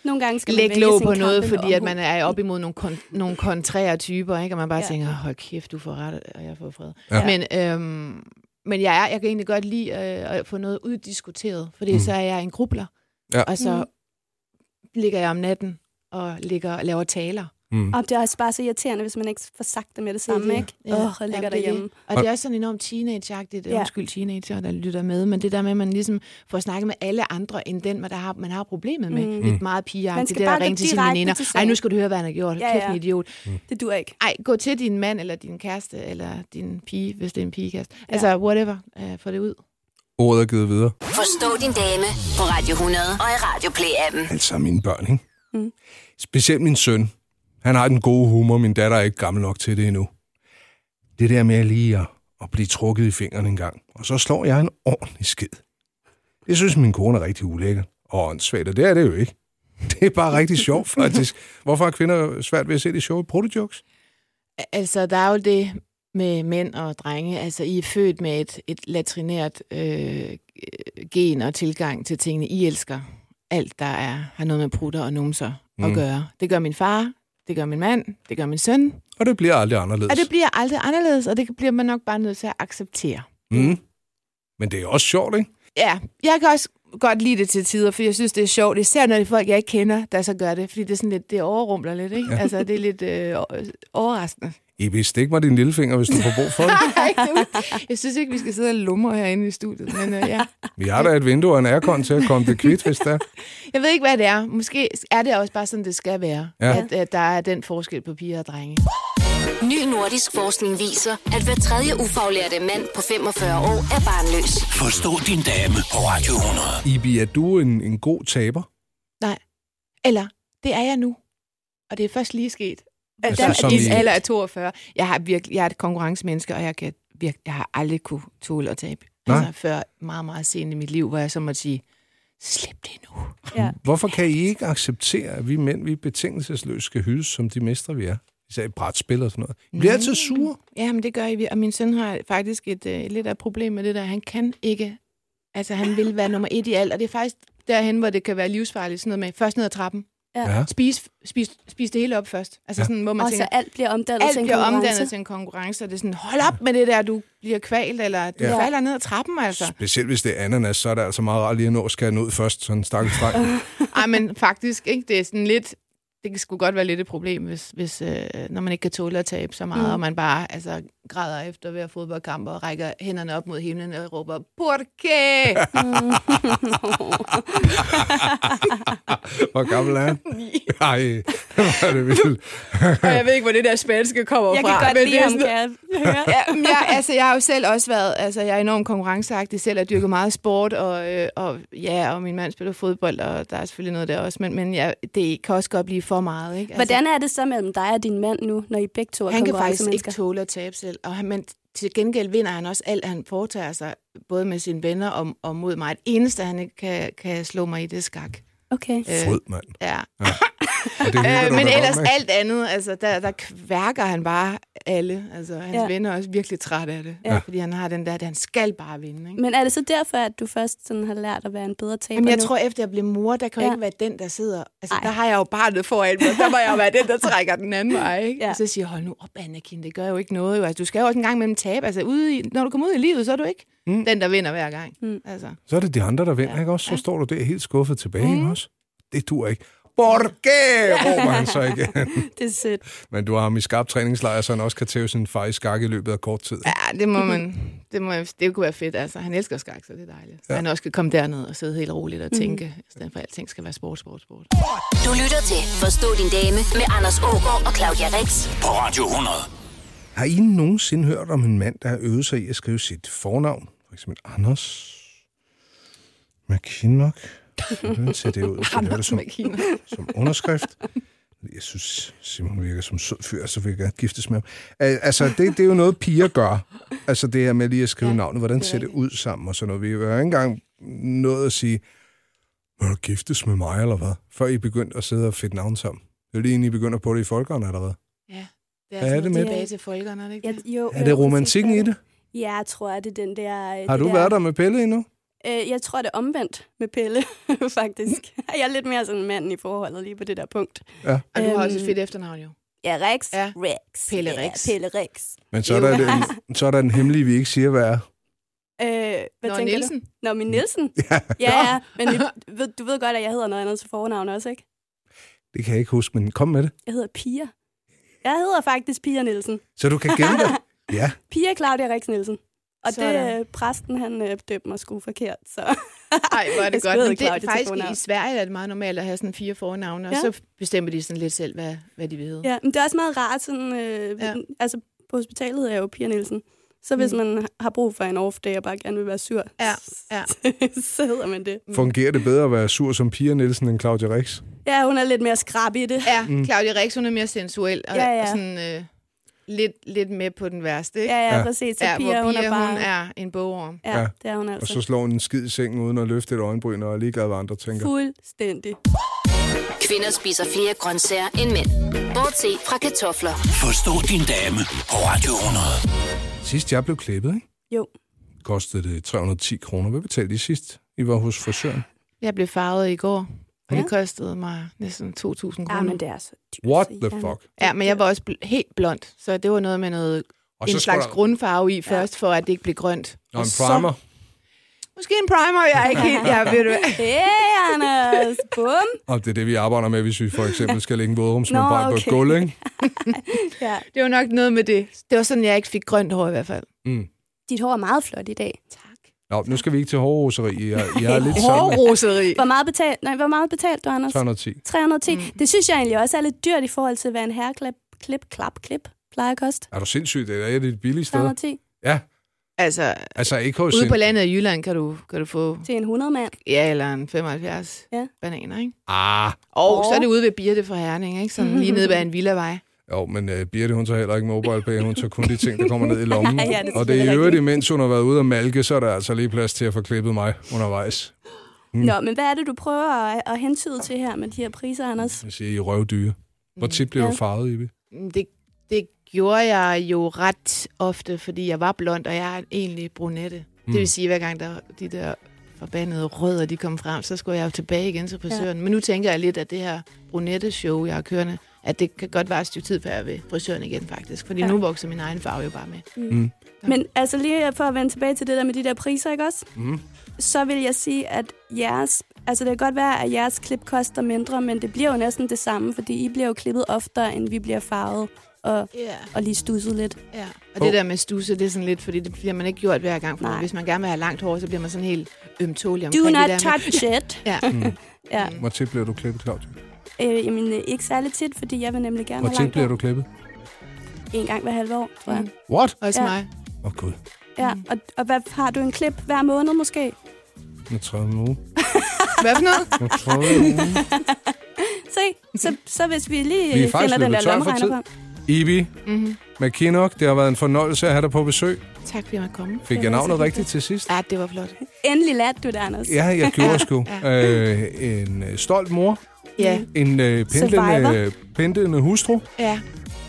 S4: Nogle gange skal man
S5: lægge
S4: vælge
S5: låg
S4: sin
S5: på
S4: kamp
S5: noget,
S4: eller
S5: fordi at
S4: omhu.
S5: man er op imod nogle, kon- nogle kontrære typer, ikke? og man bare ja.
S4: Ja.
S5: tænker, hold kæft, du får ret, og jeg får fred. Ja.
S3: Ja.
S5: Men, øhm, men jeg, er, jeg kan egentlig godt lide øh, at få noget uddiskuteret, fordi mm.
S3: Mm.
S5: så er jeg en grubler,
S3: Ja.
S5: og så
S4: Mm.
S5: ligger jeg om natten og ligger, og laver taler.
S3: Mm.
S4: Og det er også bare så irriterende, hvis man ikke får sagt det med det samme,
S5: det.
S4: ikke?
S5: Ja.
S4: Åh, ja. oh, jeg
S5: Jamen,
S4: ligger
S5: det er
S4: derhjemme.
S5: Og det er også sådan enormt teenage-agtigt, ja.
S4: Ja.
S5: undskyld teenager, der lytter med, men det der med, at man ligesom får snakket med alle andre, end den, man, der har, man har problemet med. Mm.
S4: Mm.
S5: Lidt meget pigeagtigt,
S4: skal
S5: det der
S4: bare gå
S5: ringe til sine
S4: direkte
S5: veninder.
S4: til
S5: Ej,
S4: sagen."
S5: nu skal du høre, hvad han har gjort. Ja,
S4: Ja,
S5: kæft, ja.
S4: ja.
S5: en idiot.
S4: Det dur ikke.
S5: Ej, gå til din mand, eller din kæreste, eller din pige, hvis det er en pigekæreste. Altså, whatever. Øh, få det ud.
S3: Ordet er givet videre.
S1: Forstå din dame på Radio 100 og i Radio Play-appen.
S3: Altså mine børn, ikke? Mm. Specielt min søn. Han har den gode humor. Min datter er ikke gammel nok til det endnu. Det der med lige at, at blive trukket i fingrene en gang. Og så slår jeg en ordentlig skid. Det synes min kone er rigtig ulækkert. Og åndssvagt, og det er det jo ikke. [LAUGHS] Det er bare rigtig sjovt, faktisk. Hvorfor har kvinder svært ved at se det sjove protejokes?
S5: Altså, der er jo det med mænd og drenge. Altså, I er født med et, et latrinært øh, gen og tilgang til tingene. I elsker alt, der er, har noget med prutter og numser mm. at gøre. Det gør min far, det gør min mand, det gør min søn.
S3: Og det bliver aldrig anderledes.
S5: Og det bliver aldrig anderledes, og det bliver man nok bare nødt til at acceptere.
S3: mm. Men det er også sjovt, ikke?
S5: Ja, jeg kan også godt lide det til tider, for jeg synes, det er sjovt. Især når det er folk, jeg ikke kender, der så gør det. Fordi det er sådan lidt, det overrumler lidt, ikke? Ja. Altså, det er lidt øh, overraskende.
S3: Ibi, stik mig din lillefinger, hvis du får brug for det.
S5: [LAUGHS] Ej, du, jeg synes ikke, vi skal sidde og lumre herinde i studiet. Men øh, ja.
S3: Vi har da et vindue og en aircon til at komme det kvidt, hvis der.
S5: Jeg ved ikke, hvad det er. Måske er det også bare sådan, det skal være.
S3: Ja.
S5: At, at der er den forskel på piger og drenge.
S1: Ny nordisk forskning viser, at hver tredje ufaglærte mand på 45 år er barnløs.
S2: Forstå din dame på Radio 100.
S3: Ibi, er du en, en god taber?
S5: Nej. Eller, det er jeg nu. Og det er først lige sket.
S3: Altså,
S5: Altså, altså,
S3: som
S5: at min
S3: i-
S5: alder er 42. Jeg, har virkelig, jeg er et konkurrencemenneske, og jeg, kan virke, jeg har aldrig kunne tåle at tabe.
S3: Nej.
S5: Altså før meget, meget sent i mit liv, hvor jeg så måtte sige, slip det nu.
S4: Ja.
S3: Hvorfor kan I ikke acceptere, at vi mænd, vi betingelsesløst skal hyldes som de mestre, vi er? Især i brætspil og sådan noget. I bliver
S5: Mm.
S3: altid sure.
S5: Ja, men det gør I. vir- Og min søn har faktisk et, øh, lidt af et problem med det der. Han kan ikke. Altså, han vil være nummer et i alt. Og det er faktisk derhen, hvor det kan være livsfarligt. Sådan noget med, først ned ad trappen.
S3: Ja.
S5: Spis, spis, spis det hele op først. Altså,
S3: Ja.
S5: ja. sådan, hvor man
S4: Og
S5: tænker,
S4: så alt bliver omdannet til
S5: alt
S4: en
S5: bliver
S4: konkurrence.
S5: omdannet til en konkurrence. Og det er sådan, hold op med det der, du bliver kvalt, eller du
S3: Ja.
S5: ja. falder ned ad trappen, altså.
S3: Specielt hvis det er ananas, så er det altså meget rart lige at nå at skære den ud først, sådan en stakkels dreng.
S5: [LAUGHS] Ej, men faktisk, ikke? det er sådan lidt... Det kan sgu godt være lidt et problem, hvis, hvis, øh, når man ikke kan tåle at tabe så meget, mm. og man bare altså, græder efter hver fodboldkamp og rækker hænderne op mod himlen og råber, Por qué?
S3: Hvor gammel er han? Ej, hvor er det vildt.
S5: og jeg ved ikke, hvor det der spanske kommer
S4: Jeg
S5: fra.
S4: kan godt
S5: men det
S4: lide
S5: er
S4: ham,
S5: sådan-
S4: kan jeg
S5: [LAUGHS]
S4: høre.
S5: Ja, men jeg, altså, jeg har jo selv også været, altså jeg er enormt konkurrenceagtig selv, og dyrket meget sport, og, øh, og ja, og min mand spiller fodbold, og der er selvfølgelig noget der også, men, men ja, det kan også godt blive for meget, ikke? Altså,
S4: Altså- Hvordan er det så mellem dig og din mand nu, når I begge to er
S5: Han kan faktisk
S4: konkurrencemennesker?
S5: ikke tåle at tabe selv, og han, men til gengæld vinder han også alt, han foretager sig, både med sine venner og, og mod mig. Det eneste, han ikke kan, kan slå mig i, det er skak.
S4: Okay.
S5: Øh.
S3: Frød, mand.
S5: Ja.
S3: Og det hygger
S5: Øh,
S3: du
S5: men
S3: da
S5: ellers
S3: godt med.
S5: alt andet, altså, der, der kværker han bare alle. Altså, hans
S4: Ja.
S5: ja. venner er også virkelig trætte af det.
S3: Ja.
S5: Ja. Fordi han har den der, at han skal bare vinde. Ikke?
S4: Men er det så derfor, at du først sådan har lært at være en bedre taber
S5: Jamen, jeg
S4: nu?
S5: tror, efter jeg blev mor, der kan
S4: Ja.
S5: ja. jeg ikke være den, der sidder... Altså,
S4: Ej.
S5: Ej. der har jeg jo barnet foran mig. Der må jeg jo være den, der trækker den anden vej, ikke?
S4: Ja.
S5: Ja. Og så siger jeg, hold nu op, Anakin, det gør jo ikke noget. Jo. Altså, du skal jo også en gang imellem tabe. Altså, ude i, når du kommer ud i livet, så er du ikke
S3: Mm.
S5: mm. den, der vinder hver gang.
S4: Mm.
S5: Mm. Altså.
S3: Så er det de andre, der vinder, ja.
S5: Ja.
S3: ikke også? Så
S5: Ja.
S3: står du der helt skuffet tilbage, mm. ikke også? Det dur ikke. Borge, råber han så
S5: [LAUGHS]
S3: igen.
S4: Det er sødt.
S3: Men du har ham i skarp træningslejr, så han også kan tæve sin far i skak i løbet af kort tid.
S5: Ja, det må man... Det, må, det kunne være fedt, altså. Han elsker skak, så det er dejligt. Ja. Han også kan komme derned og sidde helt roligt og tænke, mm. i stedet for at alting skal være sport, sport, sport.
S1: Du lytter til Forstå din dame med Anders Ågaard og Claudia Rex.
S2: På Radio 100.
S3: Har I nogensinde hørt om en mand, der har øvet sig i at skrive sit fornavn? For eksempel Anders McKinnock. Hvordan ser det ud? Skal det være det som,
S5: McKinnock.
S3: som underskrift? Jeg synes, Simon virker som sød fyr, så vil jeg gerne giftes med ham. Al- Altså, det, det er jo noget, piger gør. Altså, det her med lige at skrive ja, navnet. Hvordan ser det ud sammen og sådan noget. Vi har jo ikke engang nået at sige, må du giftes med mig, eller hvad? Før I begyndte at sidde og fedte navn sammen. Det er lige inden I begynder på det i folkeren allerede.
S5: Ja. Det
S3: Hvad
S5: er,
S3: er
S5: sådan
S3: det
S5: noget
S3: med-
S5: tilbage til folkene, er det ikke
S4: Jeg,
S5: det?
S4: jo,
S3: Er det romantikken i det?
S4: Ja, jeg tror, at det er den der... øh,
S3: Har
S4: det
S3: du
S4: der,
S3: været der med Pelle endnu?
S4: Øh, jeg tror, det er omvendt med Pelle, [LAUGHS] faktisk. Jeg er lidt mere sådan en mand i forholdet lige på det der punkt.
S5: Og du har også
S4: Øhm,
S5: et fedt efternavn, jo.
S4: Ja, Rex.
S5: Ja.
S4: Rex.
S5: Pelle
S4: Ja,
S5: Rex.
S4: Pelle Rex.
S3: Men så er, der den, så er der den hemmelige, vi ikke siger, hvad er.
S4: Øh, hvad
S5: Nå,
S4: tænker du?
S5: Nielsen.
S4: Nå, min Nielsen?
S3: Ja.
S4: Ja, ja.
S5: [LAUGHS]
S4: Men mit, ved, du ved godt, at jeg hedder noget andet til fornavn også, ikke?
S3: Det kan jeg ikke huske, men kom med det.
S4: Jeg hedder Pia. Jeg hedder faktisk Pia Nielsen.
S3: Så du kan gemme det. Ja,
S4: Pia Claudia Rex Nielsen. Og det
S5: Sådan.
S4: øh, præsten, han øh, døbte mig sgu forkert, så...
S5: [LAUGHS] Ej, hvor er
S4: Jeg
S5: det godt.
S4: skrider
S5: Men det
S4: Claudia
S5: er
S4: til
S5: faktisk
S4: fornavn.
S5: i Sverige er det meget normalt at have sådan fire fornavne, og
S4: Ja.
S5: så bestemmer de sådan lidt selv, hvad, hvad de vil hedde.
S4: Ja, men det er også meget rart. Sådan, øh, ja.
S5: Ja.
S4: altså, på hospitalet hedder jeg jo Pia Nielsen. Så hvis mm. man har brug for en off day og bare gerne vil være sur,
S5: Ja, ja.
S4: [LAUGHS] så hedder man det.
S3: fungerer det bedre at være sur som Pia Nielsen end Claudia Rex?
S4: Ja, hun er lidt mere skrab i det.
S3: [LAUGHS]
S5: Ja, mm. Claudia Rex, hun er mere sensuel og,
S4: Ja,
S5: ja,
S4: ja.
S5: ja. og sådan øh, lidt, lidt med på den værste, ikke?
S4: Ja, ja,
S3: Ja.
S4: ja. præcis. Så
S5: ja
S4: ja, Pia, hun er bare...
S5: hun er en bogorm.
S4: Ja,
S3: Ja.
S4: det er hun
S3: Og
S4: altså.
S3: så slår hun en skid i sengen uden at løfte et øjenbryn og er ligeglad, hvad andre tænker.
S4: Fuldstændig.
S1: Kvinder spiser flere grøntsager end mænd. Bortset fra kartofler.
S2: Forstå din dame på Radio 100.
S3: Sidst jeg blev klippet, ikke?
S4: Jo.
S3: kostede det 310 kroner. Hvad betalte I sidst? I var hos frisøren.
S5: Jeg blev farvet i går, og
S4: Ja.
S5: det kostede mig næsten 2.000 kroner.
S4: Ja, men det er så dyrt.
S3: What
S4: så
S3: the
S4: irriterende.
S3: fuck?
S5: Ja, men jeg var også bl- helt blond, så det var noget med noget,
S3: Og
S5: en
S3: skulle
S5: slags
S3: der-
S5: grundfarve i først, for at det ikke blev grønt.
S3: Og en primer.
S5: Måske en primer, jeg er ikke helt... Jeg, ved du, hvad.
S4: [LAUGHS] Hey, Anders! Bum!
S3: Og det er det, vi arbejder med, hvis vi for eksempel skal lægge en vådrumsmembran
S4: Nå,
S3: på
S4: okay.
S3: et gulv, ikke?
S4: Ja,
S5: det var nok noget med det. Det var sådan, jeg ikke fik grønt hår i hvert fald.
S4: dit hår er meget flot i dag.
S5: Tak.
S3: Nå, nu skal vi ikke til hårroseri. Jeg, jeg er lidt sammen.
S5: Hårroseri.
S4: Hvor meget betalt, nej, hvor meget betalt du, Anders?
S3: 310.
S4: 310. Mm. Det synes jeg egentlig også er lidt dyrt i forhold til, hvad en herreklip, klip, klap, klip plejer at koste.
S3: Er du sindssyg? Det er et af de billigste steder.
S4: 310
S3: Ja,
S5: Altså,
S3: altså ikke hos
S5: ude
S3: en-
S5: på landet i Jylland kan du, kan du få
S4: til en 100 mand.
S5: ja, eller en 75
S4: Ja.
S5: ja. bananer, ikke?
S3: Ah,
S5: Og
S4: Åh.
S5: så er det ude ved Birte fra Herning, ikke? Sådan lige nede ved en villavej.
S3: Jo, men uh, Birte, hun tager heller ikke mobile pay, hun tager kun de ting, der kommer ned i lommen.
S4: [LAUGHS] Ja, det er
S3: og det er i
S4: selvfølgelig
S3: øvrigt,
S4: rigtigt.
S3: imens hun har været ude og malke, så er der altså lige plads til at få klippet mig undervejs.
S4: Mm. Nå, men hvad er det, du prøver at, at hentyde til her med de her priser, Anders?
S3: Jeg siger, I er røvdyre. Hvor tit bliver
S4: Mm, Ja.
S3: du farvet, Ibi?
S5: Det, det gjorde jeg jo ret ofte, fordi jeg var blond, og jeg er egentlig brunette. Mm. Det vil sige, hver gang der, de der forbandede rødder, de kom frem, så skulle jeg jo tilbage igen til frisøren. Ja. Men nu tænker jeg lidt, at det her brunette-show, jeg har kørende, at det kan godt være et stykke tid, før jeg er ved frisøren igen, faktisk. Fordi
S4: Ja.
S5: ja. nu vokser min egen farve jo bare med.
S4: Men altså lige for at vende tilbage til det der med de der priser, ikke også?
S3: Mm.
S4: Så vil jeg sige, at jeres... Altså det kan godt være, at jeres klip koster mindre, men det bliver jo næsten det samme, fordi I bliver jo klippet oftere, end vi bliver farvet og,
S5: Yeah.
S4: og lige stusset lidt.
S5: Ja, og det der med stusse, det er sådan lidt, fordi det bliver man ikke gjort hver gang.
S4: Nej.
S5: For hvis man gerne vil have langt hår, så bliver man sådan helt ømtålig omkring
S4: Do
S5: det
S4: not
S5: der. med-
S4: touch it!
S5: [LAUGHS] Ja.
S4: Ja.
S3: Hvor tit bliver du klippet, Claudia?
S4: Øh, jamen, øh, ikke særlig tit, fordi jeg vil nemlig gerne
S3: Hvor
S4: have
S3: tit
S4: langt
S3: bliver
S4: hår.
S3: du klippet?
S4: En gang hver halve år, tror jeg. Mm.
S3: What?
S5: Også
S4: Ja.
S5: ja. mig.
S3: Åh, oh, gud.
S4: Ja, og, og hvad, har du en klip hver måned måske?
S3: Nu tror jeg nu.
S5: Hvad for noget?
S3: Nu
S4: [LAUGHS]
S3: tror jeg nu.
S4: Se, så, så hvis vi lige
S3: Vi er
S4: øh,
S3: faktisk
S4: finder den
S3: løbet tør
S4: der
S3: for
S4: lomregner
S3: tid.
S4: frem.
S3: Ibi
S4: Mhm.
S3: McKinnock, det har været en fornøjelse at have dig på besøg.
S5: Tak fordi jeg måtte komme.
S3: Fik jeg navnet rigtigt til sidst?
S5: Ja, det var flot.
S4: Endelig lærte du det, Anders.
S3: Ja, jeg gjorde
S4: [LAUGHS]
S3: sgu. Øh, en øh, stolt mor,
S5: Ja,
S3: en øh, pendlende,
S4: Survivor.
S3: pendlende hustru,
S5: ja.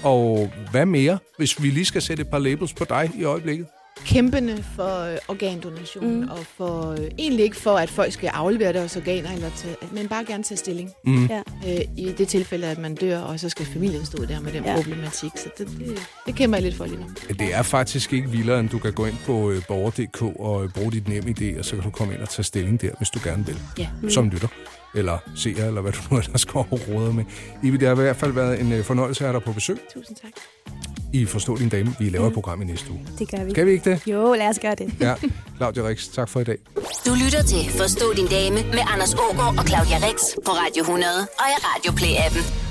S3: og hvad mere, hvis vi lige skal sætte et par labels på dig i øjeblikket?
S5: kæmpende for øh, organdonation, mm. og for øh, egentlig ikke for, at folk skal aflevere deres organer, eller tage, men bare gerne tage stilling.
S3: Mm.
S4: ja.
S5: Øh, I det tilfælde, at man dør, og så skal familien stå der med den ja.
S4: Ja.
S5: problematik. Så det, det, det kæmper jeg lidt for lige nu.
S3: Det er faktisk ikke vildere, end du kan gå ind på øh, borger.dk og øh, bruge dit nem idé, og så kan du komme ind og tage stilling der, hvis du gerne vil.
S5: Ja.
S3: Som lytter, eller ser, eller hvad du nu ellers går og råder med. Ibi, det har i hvert fald været en øh, fornøjelse at have dig på besøg.
S5: Tusind tak.
S3: I Forstå din dame. Vi laver et program i næste uge.
S4: Det gør vi.
S3: Skal vi ikke det?
S4: Jo, lad os gøre det.
S3: Ja. Claudia Rix, tak for i dag.
S1: Du lytter til Forstå din dame med Anders Ågaard og Claudia Rex på Radio 100 og i Radio Play-appen.